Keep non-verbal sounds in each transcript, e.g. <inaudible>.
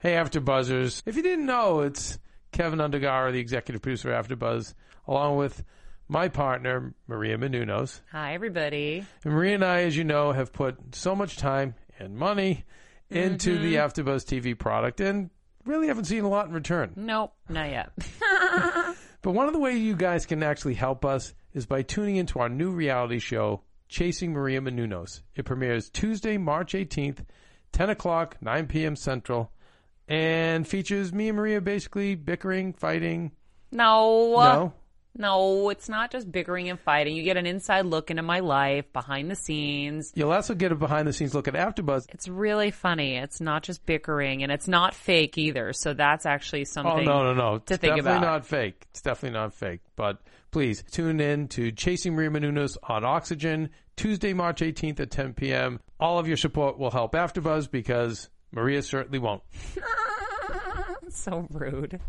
Hey, After Buzzers. If you didn't know, it's Kevin Undergaro, the executive producer of After Buzz, along with my partner, Maria Menounos. Hi, everybody. And Maria and I, as you know, have put so much time and money into the AfterBuzz TV product and really haven't seen a lot in return. Nope, not yet. But one of the ways you guys can actually help us is by tuning into our new reality show, Chasing Maria Menounos. It premieres Tuesday, March 18th, 10 o'clock, 9 p.m. Central, and features me and Maria basically bickering, fighting. No. No? No, it's not just bickering and fighting. You get an inside look into my life behind the scenes. You'll also get a behind the scenes look at AfterBuzz. It's really funny. It's not just bickering and it's not fake either. So that's actually something. Oh, no, no, no. It's to think definitely about. not fake. It's definitely not fake. But please tune in to Chasing Maria Menounos on Oxygen Tuesday, March 18th at 10 p.m. All of your support will help AfterBuzz because Maria certainly won't. <laughs> So rude.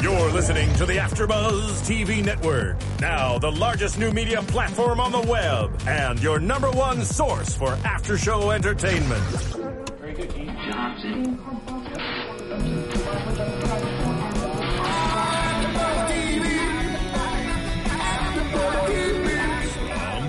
You're listening to the AfterBuzz TV Network, now the largest new media platform on the web, and your number one source for after-show entertainment. From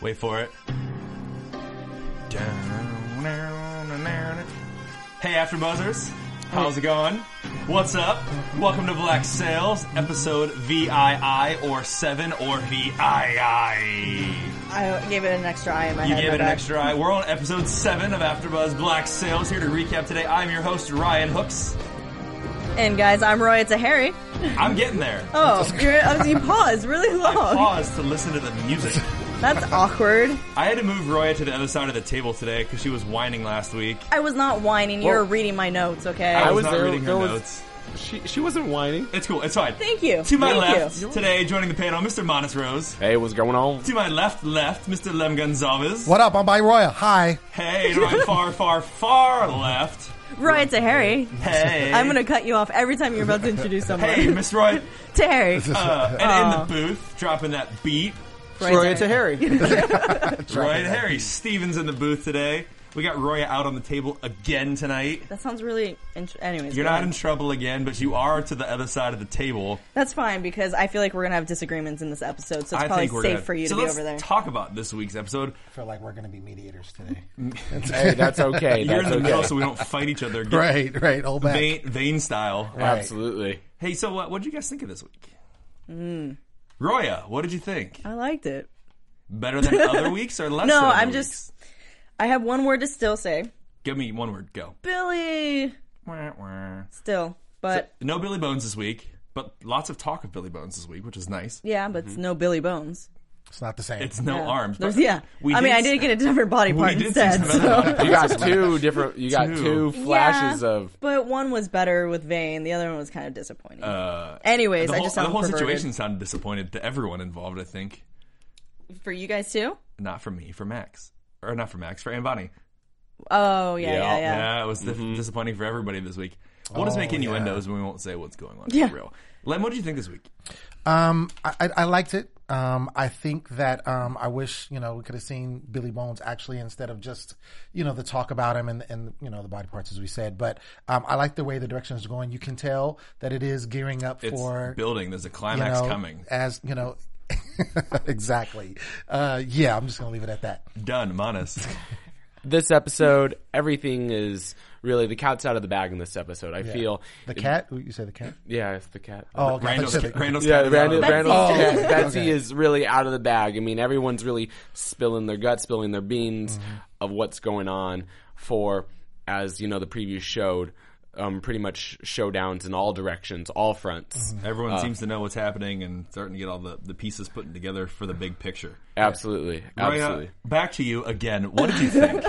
Wait for it. Hey, AfterBuzzers. How's it going? What's up? Welcome to Black Sales, episode VII or 7 or VII. I gave it an extra eye in my You head. gave my it an bad. extra eye. We're on episode 7 of AfterBuzz Black Sales here to recap today. I'm your host, Ryan Hooks. And guys, I'm Roy. It's a Harry. I'm getting there. Oh, you're, oh, you paused <laughs> really long. Pause to listen to the music. That's awkward. I had to move Roya to the other side of the table today because she was whining last week. I was not whining. You were Well- reading my notes, okay? I was, was not there- reading her there was- notes. She she wasn't whining. It's cool. It's fine. Thank you. To my Thank left you. today, joining the panel, Mr. Manas Rose. Hey, what's going on? To my left, left, Mr. Lem Gonzalez. What up? I'm by Roya. Hi. Hey, to my far, far, far left. Roy, it's a Harry. Hey. <laughs> I'm gonna cut you off every time you're about to introduce someone. <laughs> Hey, Miss Roy. to Harry. Uh, and in the booth, dropping that beat. Roy, it's a Harry. Roy and Harry Stevens in the booth today. We got Roya out on the table again tonight. That sounds really. Int- anyways, You're go not ahead. in trouble again, but you are to the other side of the table. That's fine because I feel like we're gonna have disagreements in this episode, so it's I probably think we're safe gonna- for you so to be let's over there. Talk about this week's episode. I feel like we're going to be mediators today. hey, that's okay. <laughs> You're That's in the middle, okay. so we don't fight each other. Get <laughs> right, right. Old back. Vein, vein style. Absolutely. Hey, so what what did you guys think of this week? Hmm. Roya, what did you think? I liked it. Better than <laughs> other weeks or less? No, than other I'm weeks? just. I have one word to still say, Give me one word. Go. Billy. Wah, wah. Still, but No Billy Bones this week, but lots of talk of Billy Bones this week, which is nice. Yeah, but it's no Billy Bones. It's not the same. It's Mm-hmm. no arms. There's, But yeah. we I mean, did I did get a different <laughs> body part did see instead. some So. other- You got two different. You got Two. two, flashes Yeah, of. But one was better with Vane. The other one was kind of disappointing. Anyways, Uh, the I whole, just the sound whole perverted. situation sounded disappointed to everyone involved. I think for you guys too. not for me, for Max, or not for Max, for Ambani. Oh yeah, yeah, yeah. Yeah, it was dif- Mm-hmm. disappointing for everybody this week. We'll just make innuendos and we won't say what's going on Yeah. for real. Len, what did you think this week? Um, I, I- I liked it. Um, I think that um, I wish you know we could have seen Billy Bones actually instead of just you know the talk about him and and you know the body parts as we said. But um, I like the way the direction is going. You can tell that it is gearing up It's for building. There's a you climax know eh, coming. as you know <laughs> exactly. Uh, yeah, I'm just gonna leave it at that. Done, Manas. this episode, everything is really the cat's out of the bag in this episode. I feel The cat? You say the cat? yeah, it's the cat. Oh, okay. Randall's, Pacific. Randall's yeah, cat is out Randall, of the- Randall's Betsy. Oh, cat. Betsy Okay. is really out of the bag. I mean, everyone's really spilling their guts, spilling Mm-hmm. their beans of what's going on for, as you know, the preview showed, um, pretty much showdowns in all directions, all Mm-hmm. fronts. Everyone seems to know what's happening and starting to get all the, the pieces put together for the big picture. Absolutely, Maria, absolutely. back to you again. What did you think?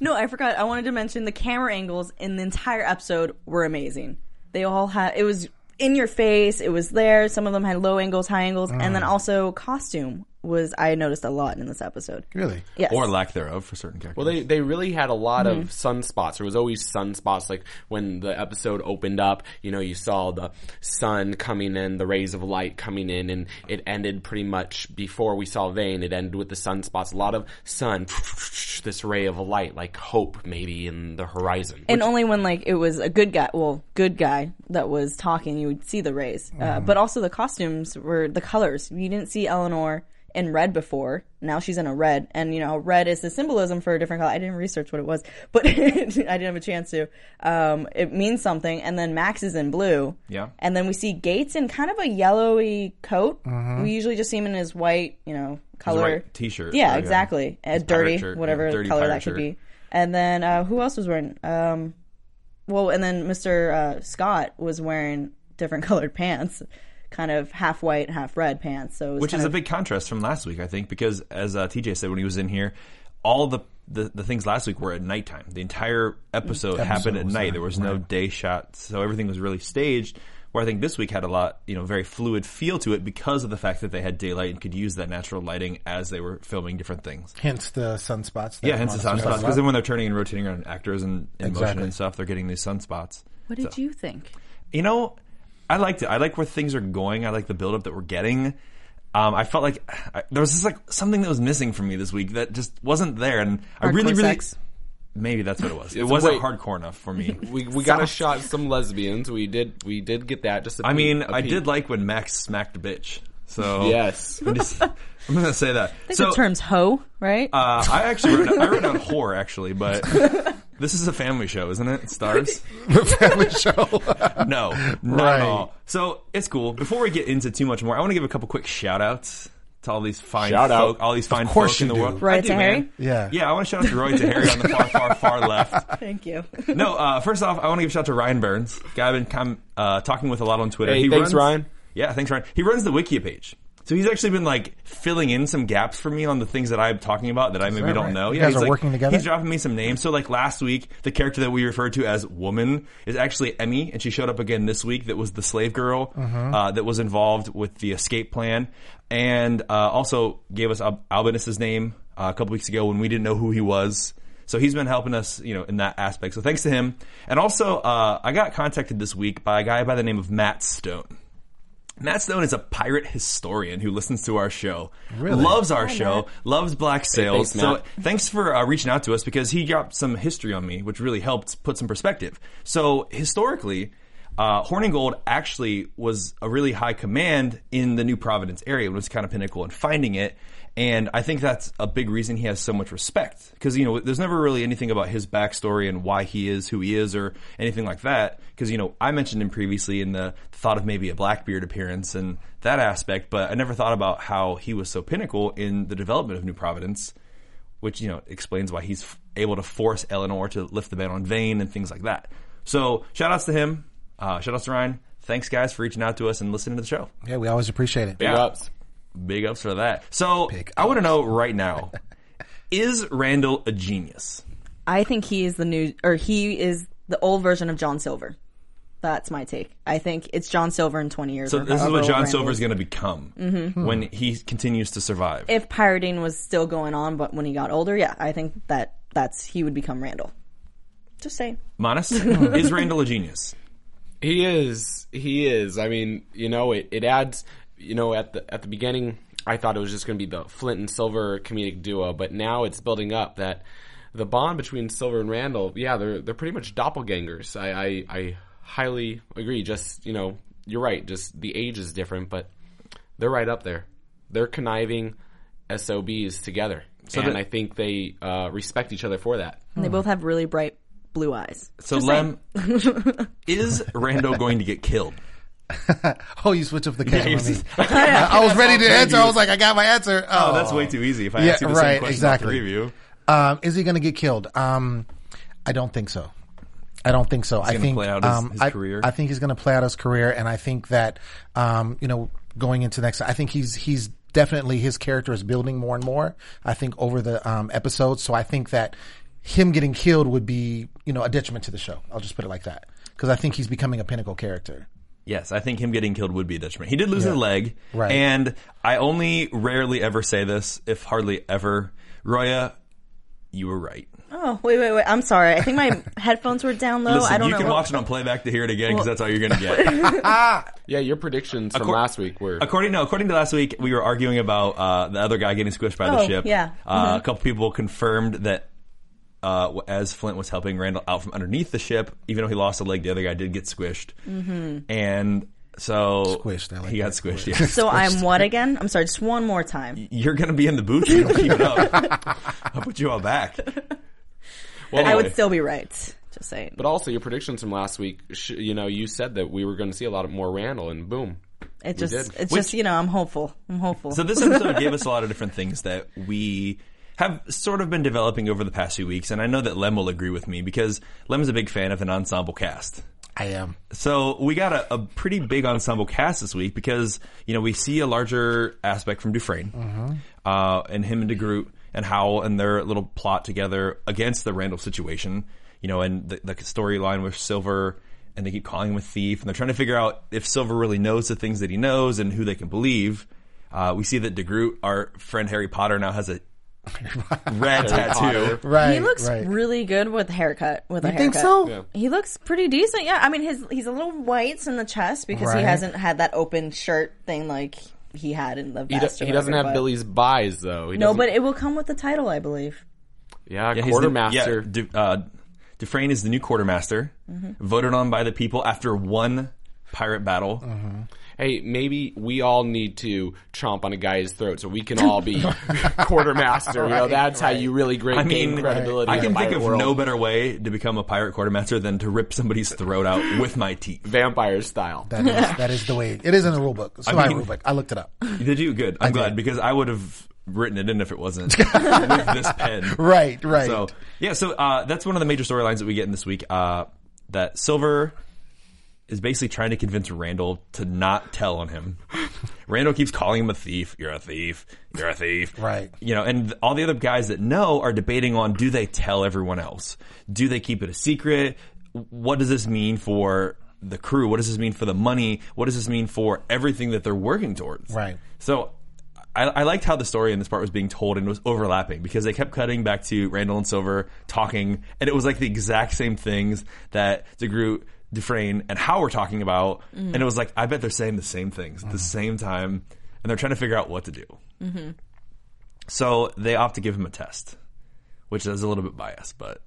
No, I forgot. I wanted to mention the camera angles in the entire episode were amazing. They all had it was in your face. It was there. Some of them had low angles, high angles, and Mm. then also costume was I noticed a lot in this episode. Really? Yes. or lack thereof for certain characters. Well, they they really had a lot of sunspots. There was always sunspots. Like when the episode opened up, you know, you saw the sun coming in, the rays of light coming in, and it ended pretty much before we saw Vane. It ended with the sunspots. A lot of sun, <laughs> this ray of light, like hope maybe in the horizon. and only when like it was a good guy, well, good guy that was talking, you would see the rays. Uh, but also the costumes were the colors. You didn't see Eleanor in red before. Now she's in a red, and you know, red is the symbolism for a different color. I didn't research what it was, <laughs> but I didn't have a chance to. Um, it means something. And then Max is in blue. Yeah. And then we see Gates in kind of a yellowy coat. We usually just see him in his white, you know, color white t-shirt, Yeah, like a- exactly. A dirty, pirate shirt, yeah, whatever dirty color pirate that could shirt. be. And then uh, who else was wearing? Um, well, and then Mr. Uh, Scott was wearing different <laughs> colored pants, kind of half white, half red pants. So it was which kind is a of- big contrast from last week, I think, because as uh, TJ said when he was in here, all the, the the things last week were at nighttime. The entire episode, happened at night. There was no day shot, so everything was really staged. Where I think this week had a lot, you know, very fluid feel to it because of the fact that they had daylight and could use that natural lighting as they were filming different things. Hence the sunspots. that Yeah, hence the Monica sunspots. talked Because then about. when they're turning and rotating around actors and in motion Exactly. and stuff, they're getting these sunspots. What did you think? you know, I liked it. I like where things are going. I like the buildup that we're getting. Um, I felt like I, there was just like something that was missing for me this week that just wasn't there, and I really, Hardcore really sex. maybe that's what it was. It wasn't wait. hardcore enough for me. <laughs> we we got a shot some lesbians. We did we did get that. Just a I peek- mean, a I peek. did like when Max smacked a bitch. So yes. <laughs> I'm, just, I'm gonna say that. I think so the term's hoe, right? uh, I actually wrote, down- I wrote down whore actually, <laughs> but this is a family show, isn't it? Stars. <laughs> the family show. No, not Right. at all. So it's cool. Before we get into too much more, I want to give a couple quick shout outs to all these fine Shout out. folk, all these fine course folk in you the do. world. Roy I do, Taheri? man. Yeah. Yeah, I want to shout out to Roy Taheri on the far, far, far left. <laughs> Thank you. No, uh, first off, I want to give a shout out to Ryan Burns, guy I've been com- uh, talking with a lot on Twitter. Hey, thanks, runs, Ryan. Yeah, thanks, Ryan. He runs the Wikia page. So he's actually been like filling in some gaps for me on the things that I'm talking about that I maybe that don't right? know. You yeah, guys he's, are like- working together? He's dropping me some names. So like last week, the character that we referred to as woman is actually Emmy, and she showed up again this week. That was the slave girl Mm-hmm. uh, that was involved with the escape plan, and uh, also gave us Al- Albanus's name uh, a couple weeks ago when we didn't know who he was. So he's been helping us, you know, in that aspect. So thanks to him. And also, uh, I got contacted this week by a guy by the name of Matt Stone. Matt Stone is a pirate historian who listens to our show, loves our show, loves Black Sails. thanks, so Matt. thanks for uh, reaching out to us because he dropped some history on me, which really helped put some perspective. So historically, uh, Horningold actually was a really high command in the New Providence area. It was kind of pinnacle in finding it, and I think that's a big reason he has so much respect because you know there's never really anything about his backstory and why he is who he is or anything like that. Because you know I mentioned him previously in the thought of maybe a Blackbeard appearance and that aspect, but I never thought about how he was so pinnacle in the development of New Providence which you know explains why he's f- able to force Eleanor to lift the ban on Vane and things like that. So shout outs to him. Uh, shout outs to Ryan. Thanks guys for reaching out to us and listening to the show. Yeah, we always appreciate it. Big ups. Big ups for that. So I want to know right now: <laughs> Is Randall a genius? I think he is the new, or he is the old version of John Silver. That's my take. I think it's John Silver in 20 years. So or this is however what John old Silver is Randall Mm-hmm. going to become when he continues to survive. If pirating was still going on, but when he got older, yeah, I think that that's he would become Randall. Just saying. <laughs> Manas, is Randall a genius? He is. He is. I mean, you know, it, it adds. You know, at the at the beginning, I thought it was just going to be the Flint and Silver comedic duo, but now it's building up that the bond between Silver and Randall. Yeah, they're they're pretty much doppelgangers. I I, I highly agree. Just you know, you're right. Just the age is different, but they're right up there. They're conniving SOBs together, and that- I think they uh, respect each other for that. And they both have really bright blue eyes. So Lem, is Randall going to get killed? Oh, you switch <laughs> up the camera. you on me. see- I, I was ready to answer. I was like, I got my answer. Oh, Oh, that's way too easy. If I Yeah, ask you the right, same question off the exactly. review. Um, is he going to get killed? Um, I don't think so. I don't think so. I gonna think play out his- um, his I, career? I think he's going to play out his career, and I think that um, you know going into next, I think he's he's definitely his character is building more and more. I think over the um, episodes, so I think that him getting killed would be you know a detriment to the show. I'll just put it like that because I think he's becoming a pinnacle character. Yes, I think him getting killed would be a detriment. He did lose a leg, Right. And I only rarely ever say this, if hardly ever. Roya, you were right. Oh wait, wait, wait! I'm sorry. I think <laughs> my headphones were down low. Listen, Oh, I don't you know. can what- watch it on playback to hear it again because that's all you're going to <laughs> get. Yeah, your predictions from Accor- last week were according no, according to last week, we were arguing about uh, the other guy getting squished by the Oh, ship. yeah. Uh, a couple people confirmed that. Uh, as Flint was helping Randall out from underneath the ship, even though he lost a leg, the other guy did get squished, mm-hmm. and so Squished, I like he got that squished. <laughs> word. Yeah. so I'm what again? I'm sorry. Just one more time. you're gonna be in the booth. if You don't keep it up. <laughs> I'll put you all back. Well, I anyway, would still be right. Just saying. But also your predictions from last week, sh- you know, you said that we were going to see a lot of more Randall, and boom. it just, did. it's Which- just you know, I'm hopeful. I'm hopeful. So this episode gave us a lot of different things that we have sort of been developing over the past few weeks, and I know that Lem will agree with me because Lem is a big fan of an ensemble cast. I am. So we got a, a pretty big ensemble cast this week because you know we see a larger aspect from Dufresne uh, and him and DeGroot and Howell and their little plot together against the Randall situation. You know, and the, the storyline with Silver and they keep calling him a thief and they're trying to figure out if Silver really knows the things that he knows and who they can believe. Uh, we see that DeGroot, our friend Harry Potter, now has a red tattoo. Right. he looks right. really good with haircut. With a You think haircut. so? He looks pretty decent. Yeah. I mean, his he's a little white in the chest because Right. he hasn't had that open shirt thing like he had in the He, do- vest. or he doesn't whatever, have but- Billy's buys though. He No, doesn't- but it will come with the title, I believe. yeah, Yeah, he's the- quartermaster. yeah, Du- uh, Dufresne is the new quartermaster, voted on by the people after one pirate battle. hey, maybe we all need to chomp on a guy's throat so we can all be <laughs> quartermaster. you know, that's how you really great I gain mean, credibility. I in can the think pirate of world, no better way to become a pirate quartermaster than to rip somebody's throat out with my teeth. vampire style. That is, that is the way it is in the rule book. It's my mean- rule book. I looked it up. Did you? Good. I'm glad because I would have written it in if it wasn't <laughs> with this pen. Right, right. So yeah, so uh, that's one of the major storylines that we get in this week. Uh, that Silver is basically trying to convince Randall to not tell on him. <laughs> Randall keeps calling him a thief. You're a thief. You're a thief. Right. You know, and all the other guys that know are debating on do they tell everyone else? Do they keep it a secret? What does this mean for the crew? What does this mean for the money? What does this mean for everything that they're working towards? Right. So I, I liked how the story in this part was being told and was overlapping because they kept cutting back to Randall and Silver talking, and it was like the exact same things that DeGroot, Dufresne, and Howe were talking about. Mm-hmm. And it was like, I bet they're saying the same things at the same time, and they're trying to figure out what to do. Mm-hmm. So they opt to give him a test, which is a little bit biased, but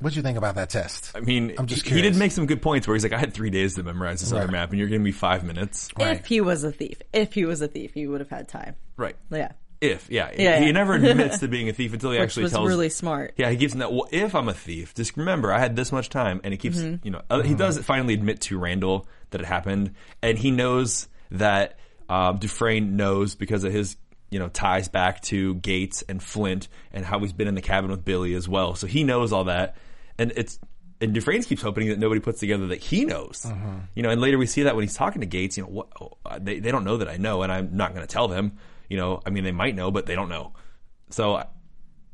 What'd you think about that test? I mean, I'm just he, he did curious. make some good points where he's like, I had three days to memorize this other map, and you're giving me five minutes. If he was a thief, if he was a thief, he would have had time. Right. Yeah. If, yeah. Yeah, he yeah. never admits <laughs> to being a thief until he Which actually was tells really smart. Yeah, he gives him that. Well, if I'm a thief, just remember I had this much time, and he keeps, Mm-hmm. you know, uh, he does finally admit to Randall that it happened, and he knows that um, Dufresne knows because of his, you know, ties back to Gates and Flint and how he's been in the cabin with Billy as well. So he knows all that, and it's. And Dufresne keeps hoping that nobody puts together that he knows, you know. And later we see that when he's talking to Gates, you know, what oh, uh, they they don't know that I know, and I'm not going to tell them, you know. I mean, they might know, but they don't know. So I-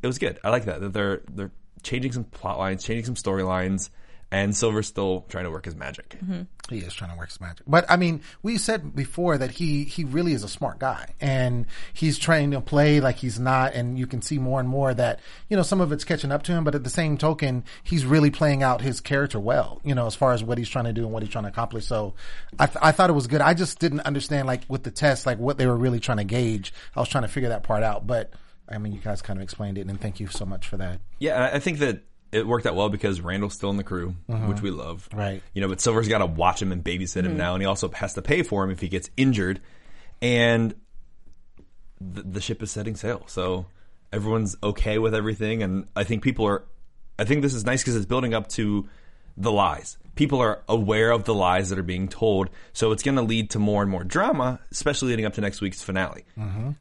it was good. I like that that they're they're changing some plot lines, changing some storylines, and Silver's still trying to work his magic. He is trying to work his magic. But I mean, we said before that he he really is a smart guy and he's trying to play like he's not and you can see more and more that, you know, some of it's catching up to him, but at the same token, he's really playing out his character well, you know, as far as what he's trying to do and what he's trying to accomplish. So I th- I thought it was good. I just didn't understand like with the test like what they were really trying to gauge. I was trying to figure that part out, but I mean, you guys kind of explained it and thank you so much for that. Yeah, and I- I think that it worked out well because Randall's still in the crew, which we love. Right. You know, but Silver's got to watch him and babysit him now, and he also has to pay for him if he gets injured. And the, the ship is setting sail, so everyone's okay with everything, and I think people are. I think this is nice because it's building up to the lies. People are aware of the lies that are being told, so it's going to lead to more and more drama, especially leading up to next week's finale.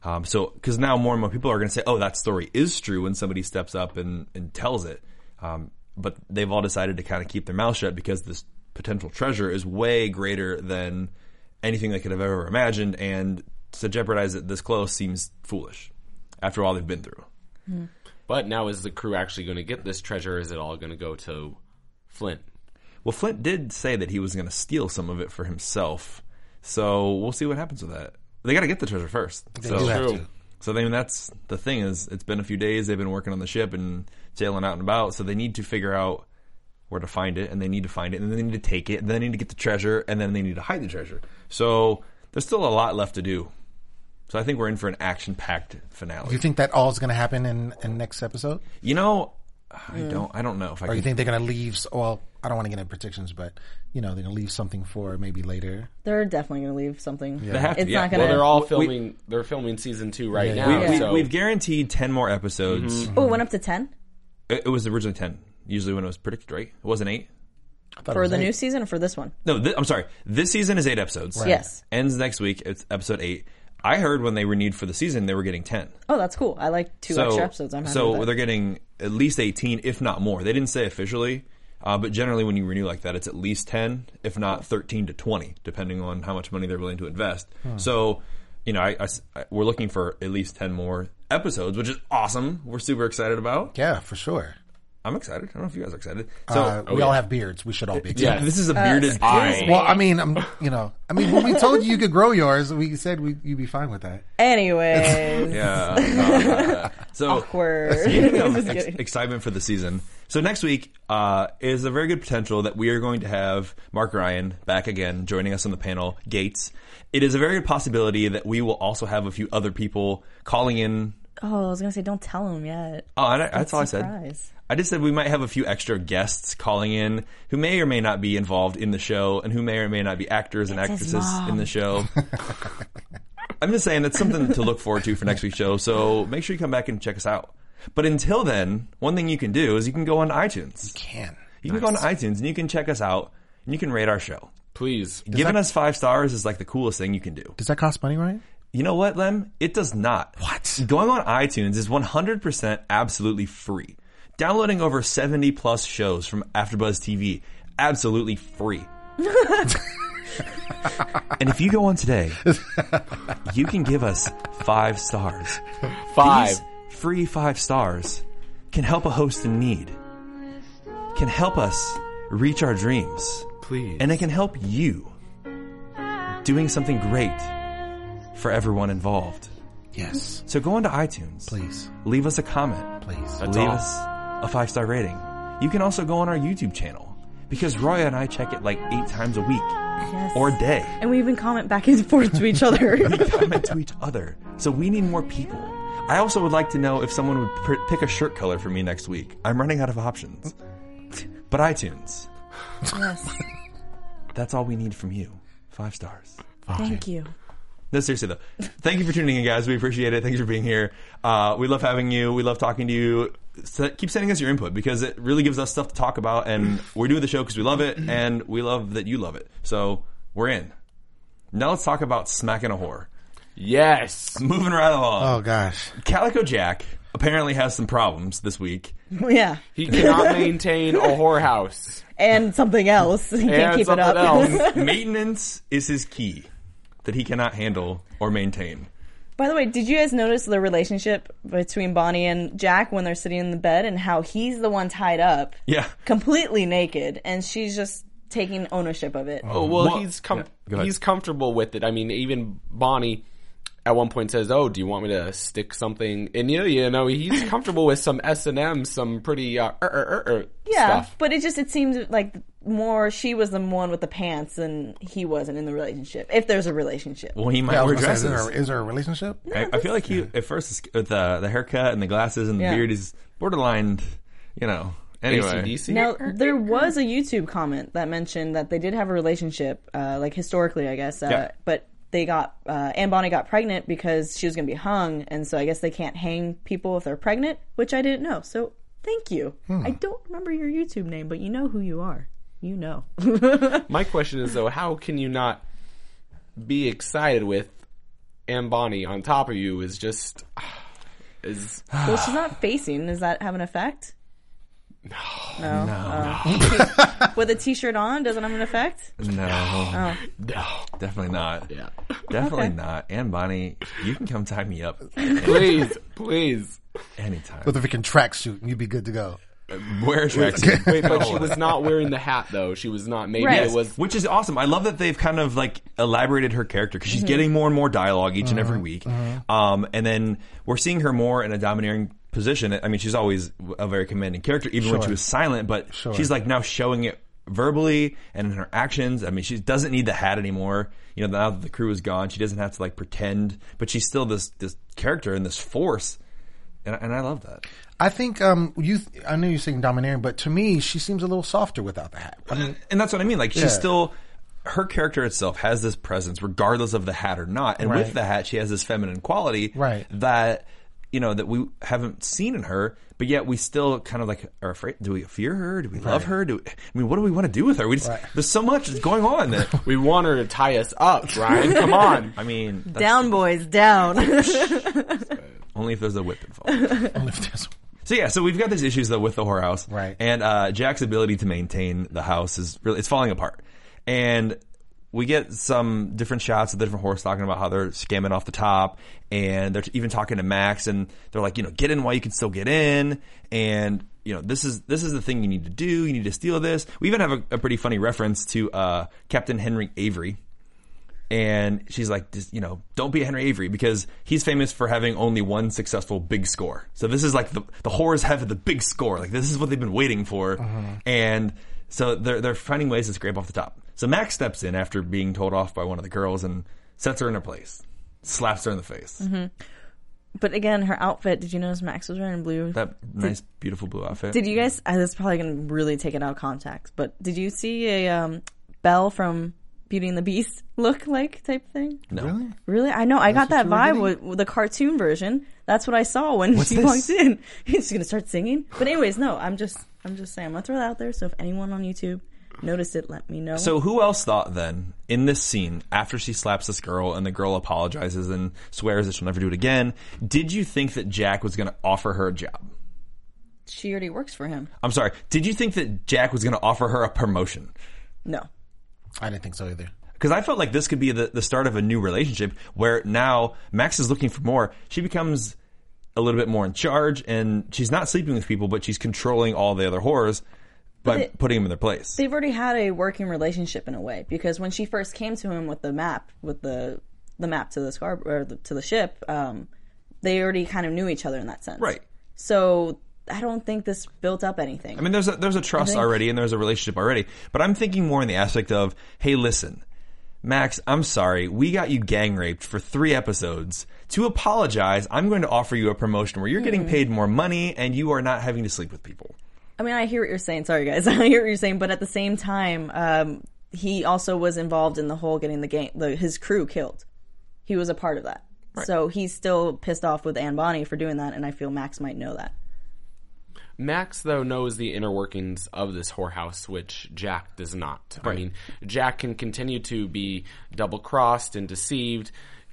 Um, so, because now more and more people are going to say, "Oh, that story is true," when somebody steps up and and tells it. Um, but they've all decided to kind of keep their mouth shut because this potential treasure is way greater than anything they could have ever imagined, and to jeopardize it this close seems foolish after all they've been through. But now, is the crew actually going to get this treasure? Is it all going to go to Flint? Well, Flint did say that he was going to steal some of it for himself, so we'll see what happens with that. They got to get the treasure first. so, do have True. to. So I mean, that's the thing is, it's been a few days. They've been working on the ship and sailing out and about. So they need to figure out where to find it, and they need to find it, and then they need to take it, and then they need to get the treasure, and then they need to hide the treasure. So there's still a lot left to do. So I think we're in for an action-packed finale. You think that all is going to happen in, in next episode? You know, I don't. I don't know if I. Or you Can, think they're going to leave? s- Well, I don't want to get into predictions, but you know they're going to leave something for maybe later. They're definitely going to leave something. They have to, it's yeah. not Well, going Well, they're all We- filming. they're filming season two right Yeah, now. we, we, so Mm-hmm. We've guaranteed ten more episodes. Oh, it went up to 10 It, it was originally ten. Usually when it was predicted, right? It wasn't eight. I thought it for was the eight. new season or for this one? No, th- I'm sorry. This season is eight episodes. Yes. Ends next week. It's episode eight. I heard when they renewed for the season, they were getting ten. Oh, that's cool. I like two extra episodes. I'm happy so with that. they're getting at least eighteen, if not more. They didn't say officially, uh, but generally when you renew like that, it's at least ten, if not thirteen to twenty, depending on how much money they're willing to invest. Hmm. So, you know, I, I s- I- we're looking for at least ten more episodes, which is awesome. We're super excited about. Yeah, for sure. I'm excited. I don't know if you guys are excited. So. oh, uh, we all have beards. We should all be. yeah, This Uh, is a bearded pie. <laughs> Well, I mean, I'm, you know, I mean, when we told you you could grow yours, we said we, you'd be fine with that. <laughs> Anyways, Yeah. Uh, <laughs> so <laughs> <laughs> Awkward. Speaking of <laughs> Just ex- kidding. excitement for the season. So next week uh, is a very good potential that we are going to have Mark Ryan back again joining us on the panel. Gates. It is a very good possibility that we will also have a few other people calling in. oh, I was going to say don't tell him yet. Oh, and I, that's all I said. Surprise. I just said we might have a few extra guests calling in who may or may not be involved in the show and who may or may not be actors and It's his actresses mom. in the show. <laughs> I'm just saying that's something to look forward to for next week's show. So make sure you come back and check us out. But until then, one thing you can do is you can go on iTunes. Can. You can go on iTunes and you can check us out and you can rate our show. please, Giving us five stars is like the coolest thing you can do. Does that cost money, Ryan? You know what, Lem? It does not. What? Going on iTunes is 100% absolutely free. Downloading over 70 plus shows from AfterBuzz TV, absolutely free. and if you go on today, you can give us five stars. five. These free five stars can help a host in need, can help us reach our dreams, please. and it can help you doing something great for everyone involved. Yes. So go onto iTunes. Please. Leave us a comment. Please. That's leave all. us a five star rating. You can also go on our YouTube channel because Roya and I check it like eight times a week Yes. or a day. and we even comment back and forth to <laughs> each other. comment to each other. So we need more people. I also would like to know if someone would pr- pick a shirt color for me next week. I'm running out of options. But iTunes, yes. that's all we need from you. Five stars. Thank you. <laughs> No, seriously though. Thank you for tuning in, guys. We appreciate it. Thanks for being here. Uh, we love having you. We love talking to you. So keep sending us your input because it really gives us stuff to talk about, and we're doing the show because we love it, and we love that you love it. So we're in. Now let's talk about smacking a whore. yes. Moving right along. Oh gosh. Calico Jack apparently has some problems this <laughs> week. Yeah. He cannot maintain a whorehouse. And something else. <laughs> You can't And keep it something up. else. <laughs> Maintenance is his key that he cannot handle or maintain. By the way, did you guys notice the relationship between Bonnie and Jack when they're sitting in the bed and how he's the one tied up, Yeah. completely naked, and she's just taking ownership of it? Oh, well, Well- he's com- Yeah, go ahead. he's comfortable with it. I mean, even Bonnie at one point says, "Oh, do you want me to stick something?" And you know, you know he's comfortable with some S and M, some pretty uh, er, er, er, er yeah, stuff. but it just it seems like more she was the one with the pants than he wasn't in the relationship. If there's a relationship, Well, he might Yeah, I was wear gonna say, is, dresses. there a, is there a relationship? I, I feel like he at first is- with the the haircut and the glasses and the Yeah. beard is borderline, you know. Anyway, AC/DC? Now there was a YouTube comment that mentioned that they did have a relationship, uh, like historically, I guess. Uh, Yeah. But they got uh, Anne Bonny got pregnant because she was going to be hung, and so I guess they can't hang people if they're pregnant, which I didn't know. So thank you. I don't remember your YouTube name, but you know who you are. You <sighs> know. My question is though, how can you not be excited with Anne Bonnie on top of you? Is just is well, she's not facing. Does that have an effect? No. No. <laughs> With a t-shirt on doesn't have an effect. No, No. definitely not. Yeah. Definitely not. And Bonnie, you can come tie me <laughs> up Please, please. anytime. With a freaking tracksuit, and you'd be good to go. Wear a <laughs> tracksuit. Wait, but she was not wearing the hat though. She was not. Maybe Right. it was. Which is awesome. I love that they've kind of like elaborated her character because she's getting more and more dialogue each and every week. Um, and then we're seeing her more in a domineering position. I mean, she's always a very commanding character, even when she was silent, but she's like now showing it verbally and in her actions. I mean, she doesn't need the hat anymore. You know, now that the crew is gone, she doesn't have to like pretend, but she's still this, this character and this force. And, I- and I love that. I think um, you. I know you're saying domineering, but to me, she seems a little softer without the hat. I mean, and that's what I mean. Like she's Yeah. still her character itself has this presence, regardless of the hat or not. And with Right. the hat, she has this feminine quality Right. that you know that we haven't seen in her. But yet we still kind of like are afraid. Do we fear her? Do we love her? Do we, I mean, what do we want to do with her? We just, there's so much that's going on that. <laughs> We want her to tie us up, Ryan. Come on. I mean, that's Down, boys, down. only if there's a whip involved. only if there's- so yeah, so we've got these issues though with the whorehouse, Right. And uh, Jack's ability to maintain the house is really it's falling apart, and we get some different shots of the different horse talking about how they're scamming off the top, and they're even talking to Max, and they're like, you know, get in while you can still get in, and you know, this is this is the thing you need to do. You need to steal this. We even have a, a pretty funny reference to uh, Captain Henry Avery. And she's like, just, you know, don't be a Henry Avery because he's famous for having only one successful big score. So this is like the the horrors have the big score. Like this is what they've been waiting for, and so they're they're finding ways to scrape off the top. So Max steps in after being told off by one of the girls and sets her in her place, slaps her in the face. <laughs> Mm-hmm. but again, her outfit. Did you notice Max was wearing blue? That nice, beautiful blue outfit. did you guys? Uh, this is probably gonna really take it out of context. But did you see a um, Belle from Beauty and the Beast <laughs> look like type thing? No. Really? Really, I know. I got that vibe with, with the cartoon version. That's what I saw when she this? walked in. <laughs> She's gonna start singing. But anyways, no. I'm just, I'm just saying. I'm gonna throw that out there. So if anyone on YouTube noticed it, let me know. So who else thought then in this scene after she slaps this girl and the girl apologizes and swears that she'll never do it again? Did you think that Jack was going to offer her a job? she already works for him. I'm sorry. Did you think that Jack was going to offer her a promotion? No. I didn't think so either. Because I felt like this could be the, the start of a new relationship where now Max is looking for more. She becomes a little bit more in charge and she's not sleeping with people, but she's controlling all the other horrors by they- putting them in their place. they've already had a working relationship in a way because when she first came to him with the map with the the map to the scar or the, to the ship um they already kind of knew each other in that sense Right. so i don't think this built up anything I mean, there's a, there's a trust already and there's a relationship already, but I'm thinking more in the aspect of, hey, listen, Max, I'm sorry, we got you gang raped for three episodes. To apologize, I'm going to offer you a promotion where you're Hmm. getting paid more money and you are not having to sleep with people. I mean, I hear what you're saying. Sorry, guys. <laughs> I hear what you're saying, but at the same time, um, he also was involved in the whole getting the gang, the, his crew killed. He was a part of that, so he's still pissed off with Anne Bonny for doing that, and I feel Max might know that. Max though knows the inner workings of this whorehouse, which Jack does not. I mean, Jack can continue to be double crossed and deceived.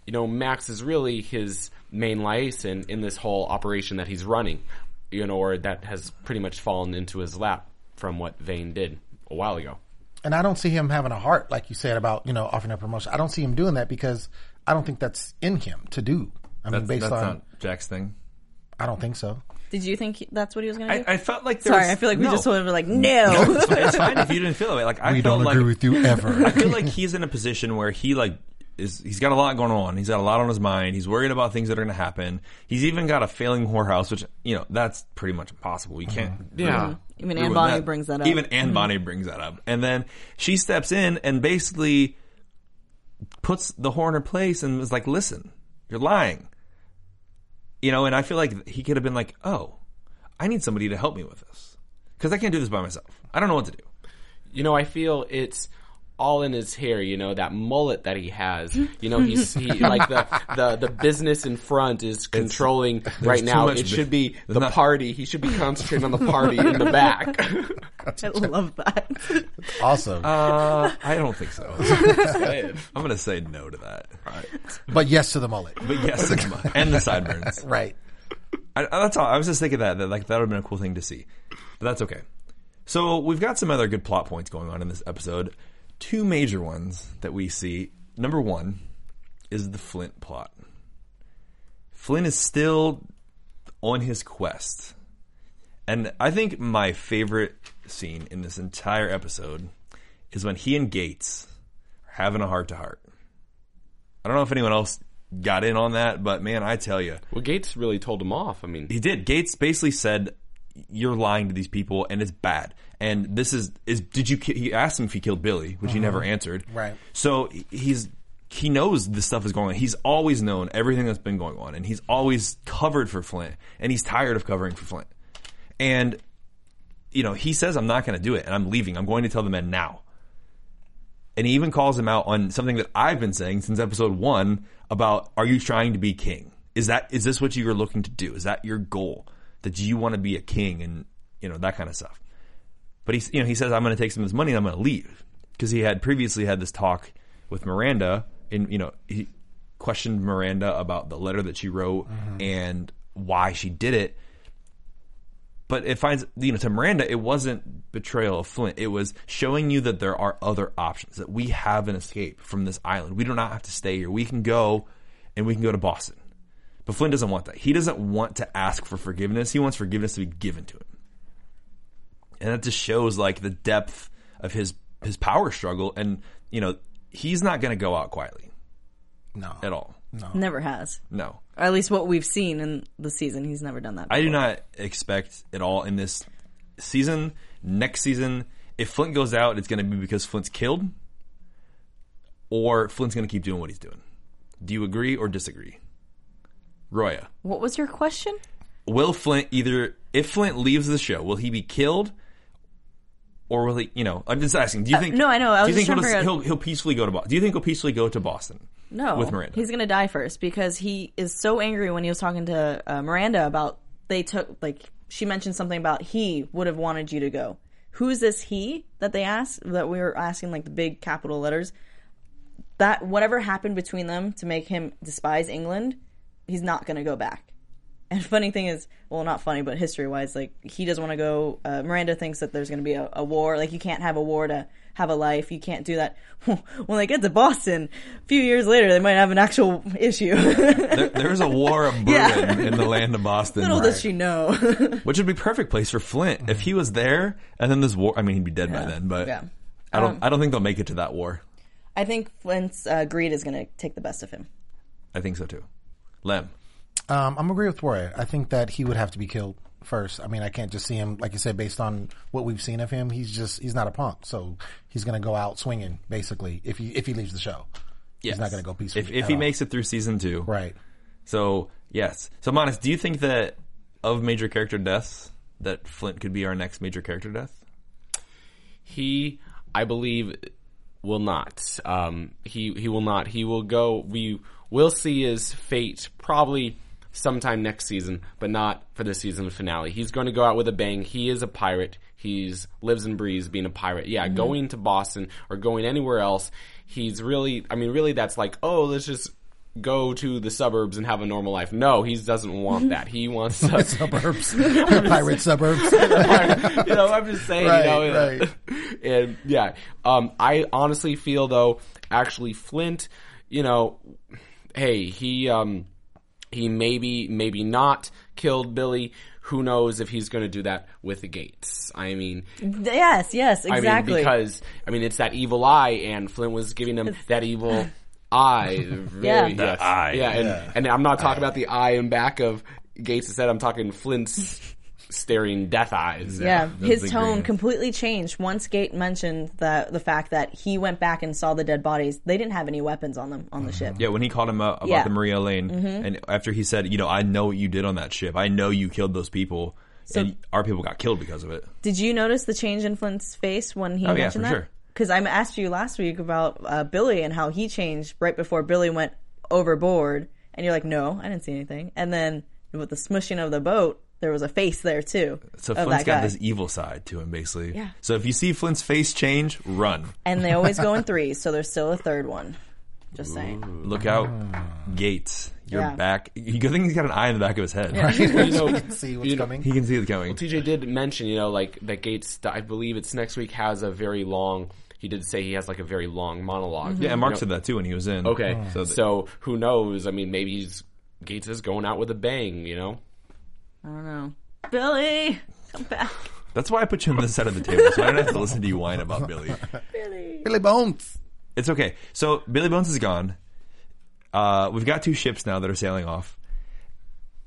You know, Max is really his main license in this whole operation that he's running. You know, or that has pretty much fallen into his lap from what Vane did a while ago. And I don't see him having a heart, like you said about you know offering a promotion. I don't see him doing that because I don't think that's in him to do. I mean, based on Jack's thing. I don't think so. Did you think he, that's what he was going to I, do? I felt like there Sorry, was- I feel like we no. just told him like no. It's fine- it's fine if you didn't feel that way. Like I We felt don't like, agree with you <laughs> I ever. feel like he's in a position where he like is he's got a lot going on. He's got a lot on his mind. He's worried about things that are going to happen. He's even got a failing whorehouse, which you know that's pretty much impossible. You can't. Yeah. Even ruin Anne Bonny brings that up. Even Anne Bonny brings that up, and then she steps in and basically puts the whore in her place and was like, "Listen, you're lying." You know, and I feel like he could have been like, "Oh, I need somebody to help me with this because I can't do this by myself. I don't know what to do." you know, I feel it's all in his hair. You know that mullet that he has. You know, he's <laughs> he, like the, the the business in front is controlling right too now. much It bu- should be there's the not- party. He should be concentrating on the party in the back. <laughs> <laughs> <laughs> I love that. <laughs> awesome, Uh, I don't think so. I'm going to say no to that. but yes to the mullet. But yes, it's mine. and the sideburns. Right. I, I- that's all. I was just thinking that that like that would have been a cool thing to see, but that's okay. So we've got some other good plot points going on in this episode. Two major ones that we see. Number one is the Flint plot. Flynn is still on his quest, and I think my favorite scene in this entire episode is when he and Gates are having a heart to heart. I don't know if anyone else got in on that, but man, I tell you, Well, Gates really told him off. I mean, he did. Gates basically said, "You're lying to these people, and it's bad." And this is is did you? ki- He asked him if he killed Billy, which he never answered. Right. So he- he's he knows this stuff is going on. He's always known everything that's been going on, and he's always covered for Flint, and he's tired of covering for Flint. And you know, he says, "I'm not going to do it, and I'm leaving. I'm going to tell the men now." And he even calls him out on something that I've been saying since episode one about are you trying to be king? Is that is this what you are looking to do? Is that your goal? That you want to be a king and you know that kind of stuff. But he you know he says I'm going to take some of this money and I'm going to leave because he had previously had this talk with Miranda and you know he questioned Miranda about the letter that she wrote and why she did it but it finds you know to Miranda it wasn't betrayal of Flint it was showing you that there are other options that we have an escape from this island we do not have to stay here we can go and we can go to Boston but Flint doesn't want that he doesn't want to ask for forgiveness he wants forgiveness to be given to him and that just shows like the depth of his his power struggle and you know he's not going to go out quietly No. at all Never has. no Or at least what we've seen in the season, he's never done that. I do before. not expect at all in this season. Next season, if Flint goes out, it's going to be because Flint's killed, or Flint's going to keep doing what he's doing. Do you agree or disagree, Roya? What was your question? Will Flint either if Flint leaves the show, will he be killed, or will he? You know, I'm just asking. Do you Uh, think? no, I know, I do you was think just trying he'll, to just- figure out- he'll he'll peacefully go to Boston? Do you think he'll peacefully go to <laughs> Boston? No, with Miranda. He's gonna die first because he is so angry when he was talking to uh, Miranda about they took like she mentioned something about he would have wanted you to go. Who's this he that they asked that we were asking like the big capital letters? That whatever happened between them to make him despise England, he's not gonna go back. And funny thing is, well, not funny, but history wise, like he doesn't want to go. Uh, Miranda thinks that there's going to be a, a war. Like you can't have a war to have a life. You can't do that. <laughs> when they get to Boston, a few years later, they might have an actual issue. <laughs> There, there's a war of brewing Yeah. in the land of Boston. <laughs> Little does she know. <laughs> Which would be perfect place for Flint if he was there, and then this war. I mean, he'd be dead by then, but Yeah. Um, I don't. I don't think they'll make it to that war. I think Flint's uh, greed is going to take the best of him. I think so too. Lem, Um, I'm agree with Roy. I think that he would have to be killed first. I mean, I can't just see him, like you said, based on what we've seen of him. He's just he's not a punk, so he's going to go out swinging basically if he if he leaves the show. He's not going to go peacefully. If, if at he all. makes it through season two, <laughs> right, So yes. So Monis, do you think that of major character deaths, that Flint could be our next major character death? he, I believe, will not. Um, he he will not. He will go. We will see his fate probably sometime next season, but not for the season finale. He's going to go out with a bang. He is a pirate. He's lives and breathes being a pirate. Yeah, going to Boston or going anywhere else. He's really. I mean, really, that's like oh, let's just. Go to the suburbs and have a normal life. No, he doesn't want that. He wants <laughs> to suburbs. pirate suburbs. <laughs> <laughs> you know, I'm just saying, Right, you know, right. <laughs> and yeah, um, I honestly feel though, actually, Flint, you know, hey, he, um, he maybe, maybe not killed Billy. Who knows if he's going to do that with the Gates? I mean, Yes, yes, exactly. Mm-hmm. I mean, because I mean, it's that evil eye, and Flint was giving him <sighs> that evil eye. Really, Yeah. yes. The eye. Yeah, and, and I'm not talking about the eye and back of Gates instead. I'm <laughs> talking Flint's staring death eyes. yeah, his the tone green. completely changed once Gate mentioned the the fact that he went back and saw the dead bodies. They didn't have any weapons on them Uh-huh. on the ship. Yeah, when he called him out about Yeah. Mm-hmm. the Maria Lane, and after he said, you know, I know what you did on that ship. I know you killed those people, and our people got killed because of it. Did you notice the change in Flint's face when he Oh, yeah, mentioned for that? sure. Because I asked you last week about uh, Billy and how he changed right before Billy went overboard, and you're like, "No, I didn't see anything." And then with the smushing of the boat, there was a face there too So of Flint's Oh, that got guy. this evil side to him, basically. Yeah. So if you see Flint's face change, run. <laughs> and they always go in threes, so there's still a third one. Just saying. Look out, Ah. Gates! You're Yeah. back. You good thing he's got an eye in the back of his head. You know, See what's you know, coming. <laughs> He can see it coming. TJ did mention, you know, like that Gates. I believe it's next week has a very long. He did say he has like a very long monolog Mm-hmm. yeah, and Mark said that too when he was in. Okay, So so, th- who knows? I mean, maybe he's, Gates is going out with a bang. You know, I don't know. Billy, come back. that's why I put you on this side of the table, so I don't have to listen to you whine about Billy. <laughs> Billy Bones. It's okay. So Billy Bones is gone. Uh, we've got two ships now that are sailing off.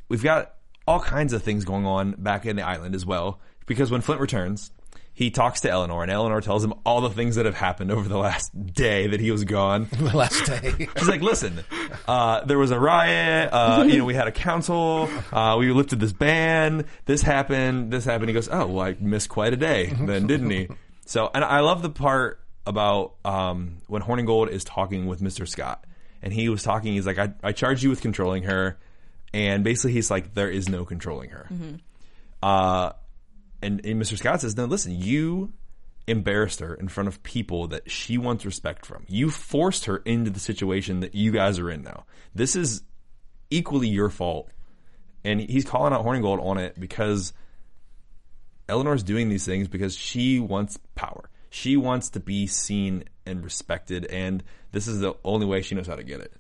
We've got all kinds of things going on back in the island as well. Because when Flint returns, he talks to Eleanor, and Eleanor tells him all the things that have happened over the last day that he was gone. The last day. <laughs> She's like, listen, uh, there was a riot. Uh, you know, we had a council. Uh, we lifted this ban. This happened. This happened. He goes, oh, well, I missed quite a day then, didn't he? So, and I love the part about um, when Horningold is talking with Mr. Scott. And he was talking, he's like, I, I charge you with controlling her. And basically, he's like, there is no controlling her. Uh, and, and Mr. Scott says, no, listen, you embarrassed her in front of people that she wants respect from. You forced her into the situation that you guys are in now. This is equally your fault. And he's calling out Horningold on it because Eleanor's doing these things because she wants power. She wants to be seen and respected, and this is the only way she knows how to get it.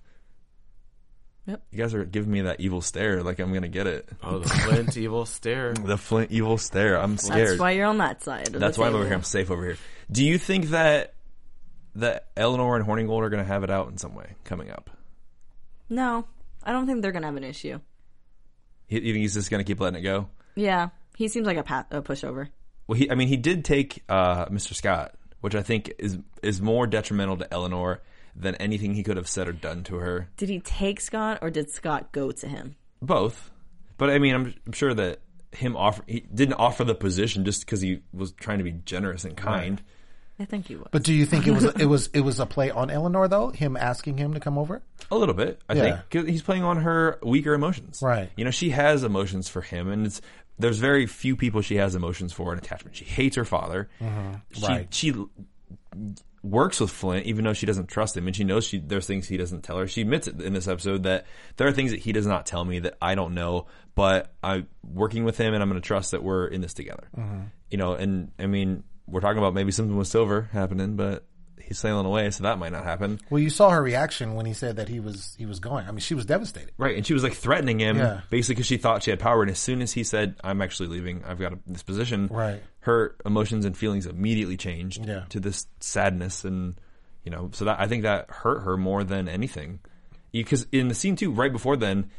Yep. You guys are giving me that evil stare, like I'm gonna get it. oh, the <laughs> Flint evil stare. The Flint evil stare. I'm scared. That's why you're on that side. Of That's the why I'm table. over here. I'm safe over here. Do you think that that Eleanor and Horningold are going to have it out in some way coming up? No, I don't think they're gonna have an issue. He, you think he's just going to keep letting it go? Yeah, he seems like a, pa- a pushover. Well, he, I mean, he did take uh, Mr. Scott, which I think is is more detrimental to Eleanor than anything he could have said or done to her. Did he take Scott or did Scott go to him? Both, but I mean, I'm, I'm sure that him offer he didn't offer the position just because he was trying to be generous and kind. I think he was. But do you think it was it was it was a play on Eleanor though? Him asking him to come over? A little bit, I Yeah. think, 'cause he's playing on her weaker emotions. Right. You know, she has emotions for him, and it's there's very few people she has emotions for and attachment. She hates her father. She, Mm-hmm. Right. She l- works with Flint, even though she doesn't trust him, and she knows she there's things he doesn't tell her. She admits it in this episode that there are things that he does not tell me that I don't know, but I'm working with him, and I'm going to trust that we're in this together. Mm-hmm. You know, and I mean, we're talking about maybe something with Silver happening, but he's sailing away, so that might not happen. Well, you saw her reaction when he said that he was he was going. I mean, she was devastated. Right, and she was like threatening him Yeah. basically because she thought she had power. And as soon as he said, "I'm actually leaving. I've got a, this position," Right. her emotions and feelings immediately changed Yeah. to this sadness, and you know, so that I think that hurt her more than anything. Because in the scene too, right before then,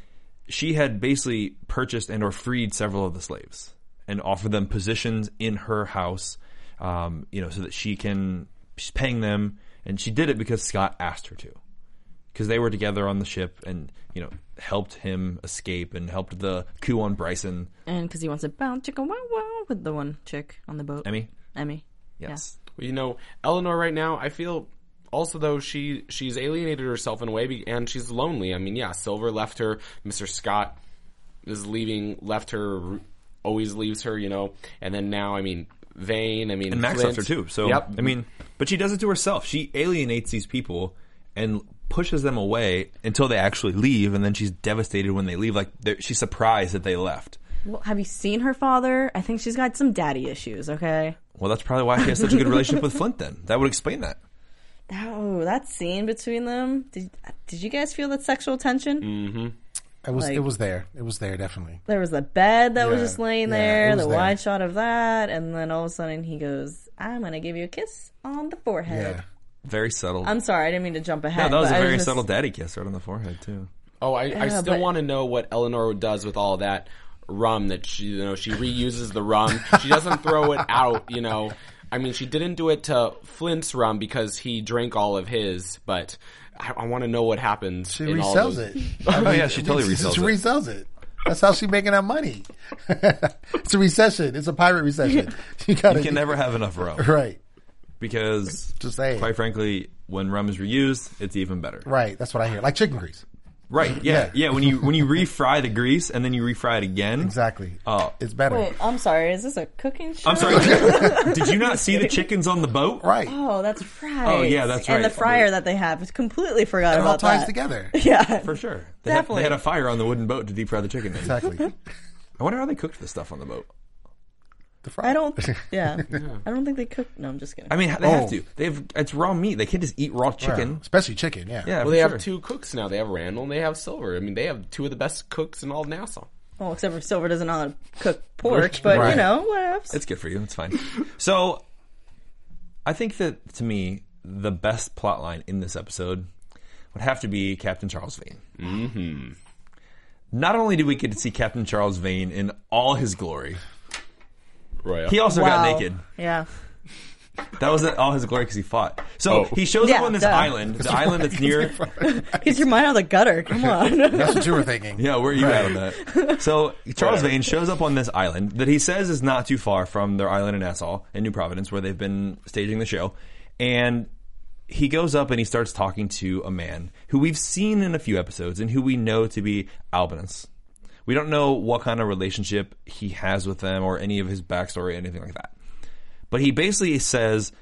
she had basically purchased and or freed several of the slaves and offered them positions in her house, um, you know, so that she can she's paying them, and she did it because Scott asked her to because they were together on the ship and you know helped him escape and helped the coup on Bryson. And because he wants to bounce chicken wow wow with the one chick on the boat. Emmy, Emmy. yes, Well, you know, Eleanor right now, I feel also though she she's alienated herself in a way be- and she's lonely. I mean, yeah, Silver left her, Mr. Scott is leaving, left her always leaves her, you know. And then now, I mean, Vane, I mean, and Max Flint. left her too. So Yep. I mean, but she does it to herself. She alienates these people and pushes them away until they actually leave, and then she's devastated when they leave. Like they're- she's surprised that they left. Well, have you seen her father? I think she's got some daddy issues. Okay. Well, that's probably why she has such a good relationship with Flint. Then that would explain that. Oh, that scene between them. Did Did you guys feel that sexual tension? Mm. It was it Like- was there. It was there definitely. There was the bed that was Yeah, just laying yeah, there. it was The there. wide shot of that, and then all of a sudden he goes, "I'm gonna give you a kiss on the forehead." Yeah. Very subtle. I'm sorry, I didn't mean to jump yeah, ahead. that was a but I very just- subtle daddy kiss right on the forehead too. Oh, I, I Yeah, still but- want to know what Eleanor does with all that rum that she, you know, she reuses the rum. She doesn't throw it out, you know. I mean, she didn't do it to Flint's rum because he drank all of his, but I, I want to know what happens. She in all resells those- it. Oh yeah, <laughs> she totally resells she it. resells it. That's how she making that money. <laughs> it's a recession. It's a <laughs> pirate recession. You gotta you can never have enough rum. <laughs> right. because Just saying. quite frankly, when rum is reused, it's even better. Right. That's what I hear. Like chicken grease. Right. Yeah. Yeah. Yeah. When you when you refry the grease and then you refry it again. Exactly. Oh. it's better. Wait, I'm sorry. Is this a cooking show? I'm <laughs> sorry. <laughs> did you not see the chickens on the boat? Right. Oh, that's right. Oh, yeah, that's And the right. fryer that they have. Completely forgot it about all ties that. <laughs> together. Yeah. For sure. They Definitely. Had, they had a fire on the wooden boat to deep fry the chicken. in. Exactly. I wonder how they cooked the stuff on the boat. The fry. <laughs> I don't. Yeah. I don't think they cook. No, I'm just kidding. I mean, they Oh. have to. They have it's raw meat. They can't just eat raw chicken. Right. especially chicken. Yeah. Yeah. Well, they have two cooks now. They have Randall and they have Silver. I mean, they have two of the best cooks in all of Nassau. well, except for Silver doesn't know how to cook pork, but you Right. know, whatever. It's good for you. It's fine. so, I think that to me, the best plot line in this episode would have to be Captain Charles Vane. Mm-hmm. Not only did we get to see Captain Charles Vane in all his glory, Royal. he also got Wow. naked. Yeah. That was all his glory because he fought. So he shows up Yeah, on this duh. island, the island that's near. Get your mind out of the <laughs> gutter. Come on. That's what you were thinking. Yeah, where are you at on that? So Charles Vane shows up on this island that he says is not too far from their island in Nassau in New Providence, where they've been staging the show, and he goes up and he starts talking to a man who we've seen in a few episodes and who we know to be Albinus. We don't know what kind of relationship he has with them or any of his backstory, anything like that. But he basically says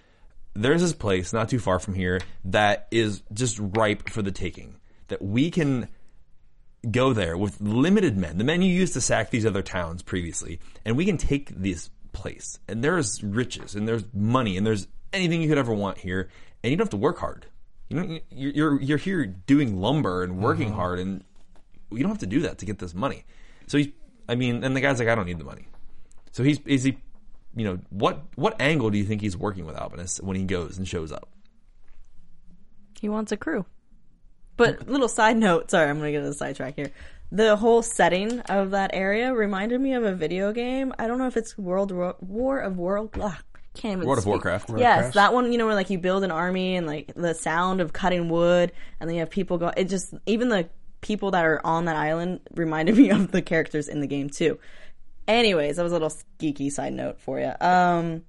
there's this place not too far from here that is just ripe for the taking. That we can go there with limited men, the men you used to sack these other towns previously, and we can take this place. And there's riches, and there's money, and there's anything you could ever want here, and you don't have to work hard. You know, you're you're here doing lumber and working hard, and you don't have to do that to get this money. So he's, I mean, and the guy's like, I don't need the money. So he's is he, you know, what what angle do you think he's working with Albinus when he goes and shows up? He wants a crew. But little side note, sorry, I'm gonna get a sidetrack here. The whole setting of that area reminded me of a video game. I don't know if it's World War, War of World. Ugh, can't even. World of speak. Warcraft. Yes, that one. You know where like you build an army and like the sound of cutting wood, and then you have people go. It just even the people that are on that island reminded <laughs> me of the characters in the game too. Anyways, that was a little geeky side note for you. Um,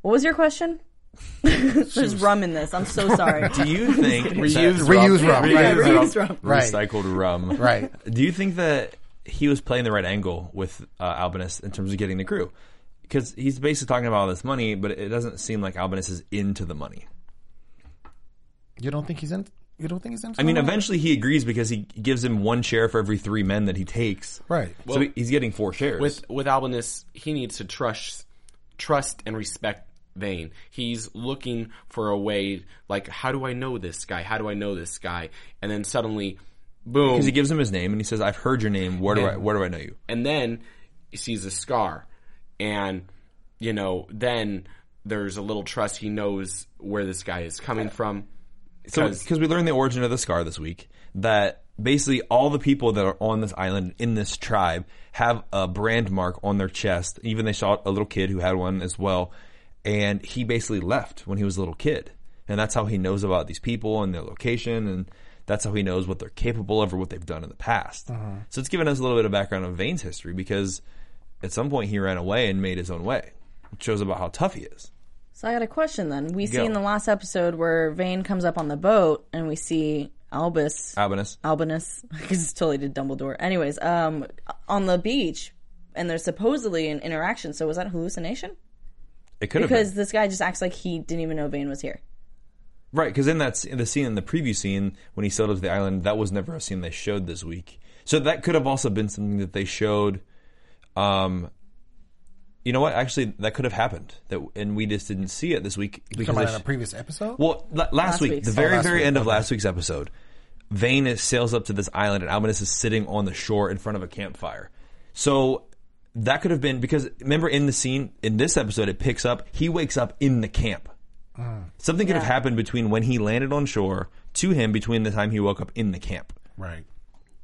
what was your question? <laughs> There's rum in this. I'm so sorry. <laughs> Do you think Reuse <laughs> Reuse rum. Yeah, Right. reuse rum. Right. recycled rum? Right. Do you think that he was playing the right angle with uh, Albinus in terms of getting the crew? Because he's basically talking about all this money, but it doesn't seem like Albinus is into the money. You don't think he's in? You don't think he's in? I mean, eventually he agrees because he gives him one share for every three men that he takes. Right. So he- he's getting four shares. with with Albinus, he needs to trust trust and respect Vane. He's looking for a way like how do I know this guy? How do I know this guy? And then suddenly boom because he gives him his name and he says, "I've heard your name. Where do I? Where do I know you?" and then he sees a scar and you know then there's a little trust he knows where this guy is coming from So because we learned the origin of the scar this week, that basically all the people that are on this island in this tribe have a brand mark on their chest. Even they shot a little kid who had one as well, and he basically left when he was a little kid, and that's how he knows about these people and their location, and that's how he knows what they're capable of or what they've done in the past. So it's given us a little bit of background of Vane's history because at some point he ran away and made his own way, which shows about how tough he is. So I got a question then. We see Go. in the last episode where Vane comes up on the boat and we see Albus, Albinus. Albinus, <laughs> because it's totally did Dumbledore. Anyways, um, on the beach, and there's supposedly an interaction. So was that a hallucination? It could have been. Because this guy just acts like he didn't even know Vane was here. Right, because in that s- in the scene in the preview scene when he sailed up to the island, that was never a scene they showed this week. So that could have also been something that they showed. Um, you know what? Actually, that could have happened. That and we just didn't see it this week because Come they on in a sh- previous episode. well, l- last, week, week's. the Oh, very last very week, end of last week's episode, Vane is- sails up to this island, and Albinus is sitting on the shore in front of a campfire. So that could have been because remember in the scene in this episode, it picks up. He wakes up in the camp. Something could have happened between when he landed on shore to him between the time he woke up in the camp. right.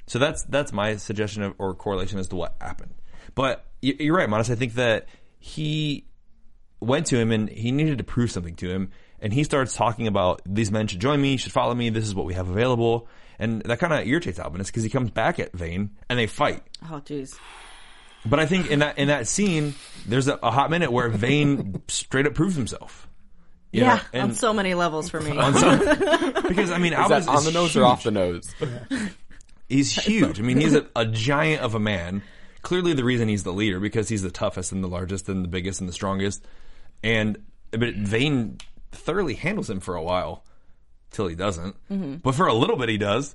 So that's that's my suggestion of, or correlation as to what happened. But y- you're right, Modest. I think that he went to him and he needed to prove something to him, and he starts talking about these men should join me, should follow me. This is what we have available, and that kind of irritates Albinus because he comes back at Vane and they fight. Oh, jeez. But I think in that in that scene, there's a, a hot minute where Vane <laughs> straight up proves himself. You know, Yeah, on and- <laughs> so many levels for me. on some- because I mean, is that Albinus on the nose or huge. off the nose He's huge. I mean, he's a, a giant of a man. Clearly, the reason he's the leader because he's the toughest and the largest and the biggest and the strongest. And but Vane thoroughly handles him for a while till he doesn't. But for a little bit, he does.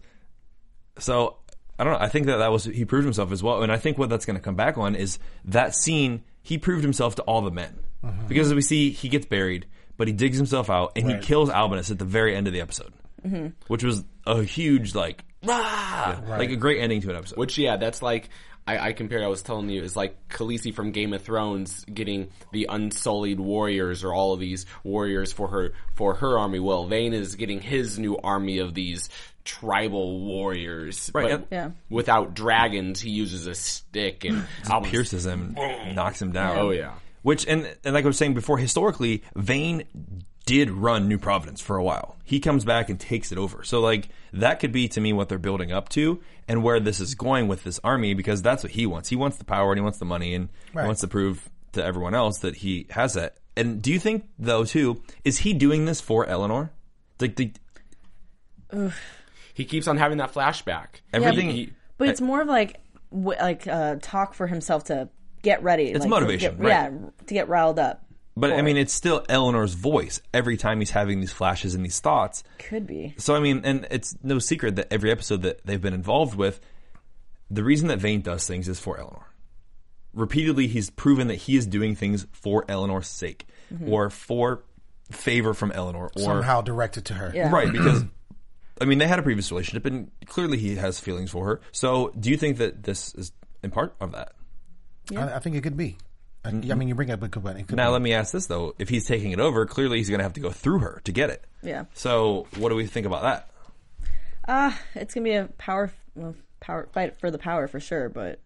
So I don't know. I think that that was he proved himself as well, and I think what that's going to come back on is that scene. He proved himself to all the men because as we see he gets buried, but he digs himself out and he kills Albinus at the very end of the episode, which was a huge like rah, like a great ending to an episode. Which yeah, that's like I, I compared. I was telling you, it's like Khaleesi from Game of Thrones getting the unsullied warriors or all of these warriors for her for her army. Well, Vayne is getting his new army of these tribal warriors, Right, but and- Yeah. Without dragons, he uses a stick and Albinus- pierces him, knocks him down. Oh, yeah. Which and and like I was saying before, historically, Vane did run New Providence for a while. He comes back and takes it over. So like that could be to me what they're building up to and where this is going with this army because that's what he wants. He wants the power and he wants the money and he wants to prove to everyone else that he has that. And do you think though too is he doing this for Eleanor? Like the, He keeps on having that flashback. everything. He- he- But it's more of like w- like uh, talk for himself to get ready. It's motivation, right. Yeah, to get riled up. but I mean, it's still Eleanor's voice every time he's having these flashes and these thoughts. Could be. So I mean, and it's no secret that every episode that they've been involved with, the reason that Vane does things is for Eleanor. Repeatedly, he's proven that he is doing things for Eleanor's sake Mm-hmm. or for favor from Eleanor or somehow directed to her. Yeah. <clears throat> right because. I mean, they had a previous relationship, and clearly he has feelings for her. So, do you think that this is in part of that? I, I think it could be. I, Mm-hmm. I mean, you bring up a good one. It could Now, be. let me ask this though: If he's taking it over, clearly he's going to have to go through her to get it. Yeah. So, what do we think about that? Ah, it's gonna be a power well, power fight for the power for sure. But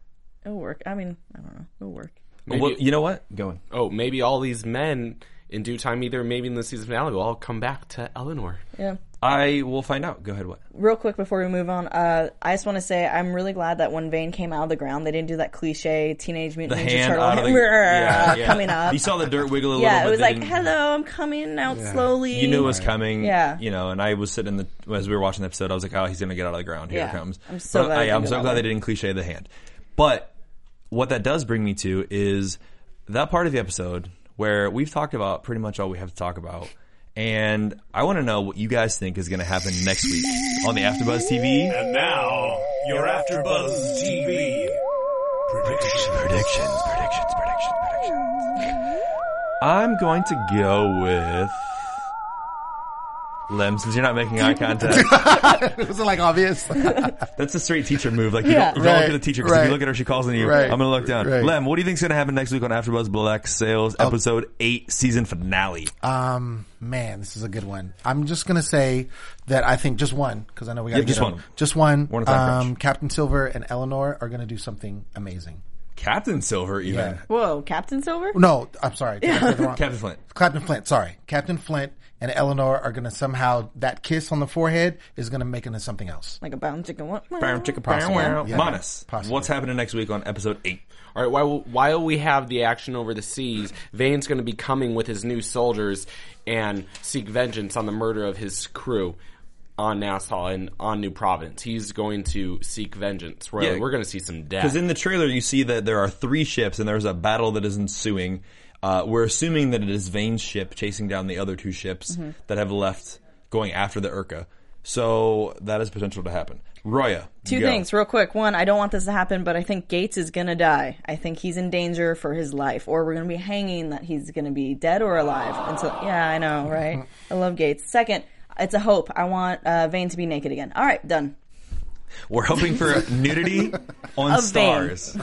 it'll work. I mean, I don't know. It'll work. Well, you know what? Going. oh, maybe all these men in due time, either maybe in the season finale, will all come back to Eleanor. Yeah. I will find out. Go ahead. What? real quick before we move on, uh, I just want to say I'm really glad that when Vane came out of the ground, they didn't do that cliche Teenage Mutant the Ninja hand Turtle <laughs> out of the "Rrrr," yeah, yeah. uh, <laughs> coming up. You saw the dirt wiggle a little. yeah, but it was they like, didn't- "Hello, I'm coming out slowly." You knew it was coming. Yeah. you know. And I was sitting in the as we were watching the episode. I was like, "Oh, he's gonna get out of the ground. Here Yeah. it comes." I'm so But glad I, they am did so that glad one. they didn't cliche the hand. But what that does bring me to is that part of the episode where we've talked about pretty much all we have to talk about. And I want to know what you guys think is going to happen next week on the AfterBuzz TV And now, your AfterBuzz TV predictions. predictions, predictions, predictions, predictions. I'm going to go with Lem, since you're not making eye contact. <laughs> was it like obvious? That's a straight teacher move. <laughs> Like you Yeah. don't, you don't Right, look at the teacher because if right. you look at her, she calls on you. Right, I'm gonna look down. right. Oh. Lem, what do you think's gonna happen next week on AfterBuzz Black Sales episode eight season finale? um, man, this is a good one. I'm just gonna say that I think just one because I know we got Yeah, just get on. one. Just one. We're on a time crunch. um, Captain Silver and Eleanor are gonna do something amazing. Captain Silver, even Yeah. Whoa, Captain Silver. No, I'm sorry. Did I say the wrong- Captain Flint. Captain Flint. Sorry, Captain Flint and Eleanor are gonna somehow that kiss on the forehead is gonna make into something else. Like a bound chicken. What? Bam, chicka, Possible. bam, Yeah. Manus, Possible. what's happening next week on episode eight? All right, while while we have the action over the seas, Vane's going to be coming with his new soldiers and seek vengeance on the murder of his crew on Nassau and on New Providence. He's going to seek vengeance. We're, Yeah. we're going to see some death. Because in the trailer, you see that there are three ships and there's a battle that is ensuing. Uh, we're assuming that it is Vane's ship chasing down the other two ships Mm-hmm. that have left going after the Urca. So that is potential to happen. Roya, Two go. things, real quick. One, I don't want this to happen, but I think Gates is gonna die. I think he's in danger for his life, or we're gonna be hanging that he's gonna be dead or alive. And so, yeah, I know, right? I love Gates. Second, it's a hope. I want uh, Vane to be naked again. All right, done. We're hoping for nudity on Of stars.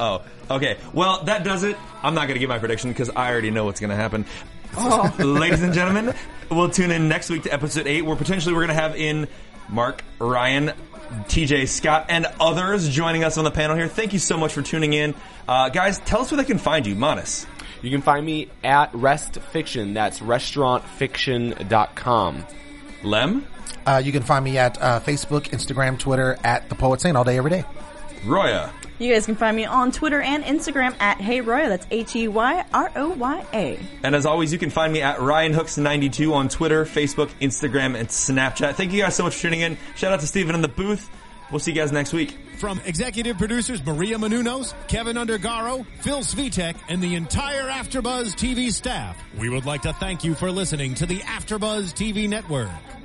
oh, okay. Well, that does it. I'm not going to give my prediction because I already know what's going to happen. <laughs> Ladies and gentlemen, we'll tune in next week to episode eight, where potentially we're going to have in Mark, Ryan, TJ, Scott, and others joining us on the panel here. Thank you so much for tuning in. Uh, guys, tell us where they can find you, Manas. you can find me at Rest Fiction. That's restaurantfiction.com. Lem, Uh, you can find me at uh, Facebook, Instagram, Twitter at the Poet Saint all day, every day. Roya, You guys can find me on Twitter and Instagram at Hey Roya. That's H E Y R O Y A. And as always, you can find me at RyanHooks92 on Twitter, Facebook, Instagram, and Snapchat. Thank you guys so much for tuning in. Shout out to Steven in the booth. We'll see you guys next week. From executive producers Maria Manunos, Kevin Undergaro, Phil Svitek, and the entire Afterbuzz TV staff, we would like to thank you for listening to the Afterbuzz TV network.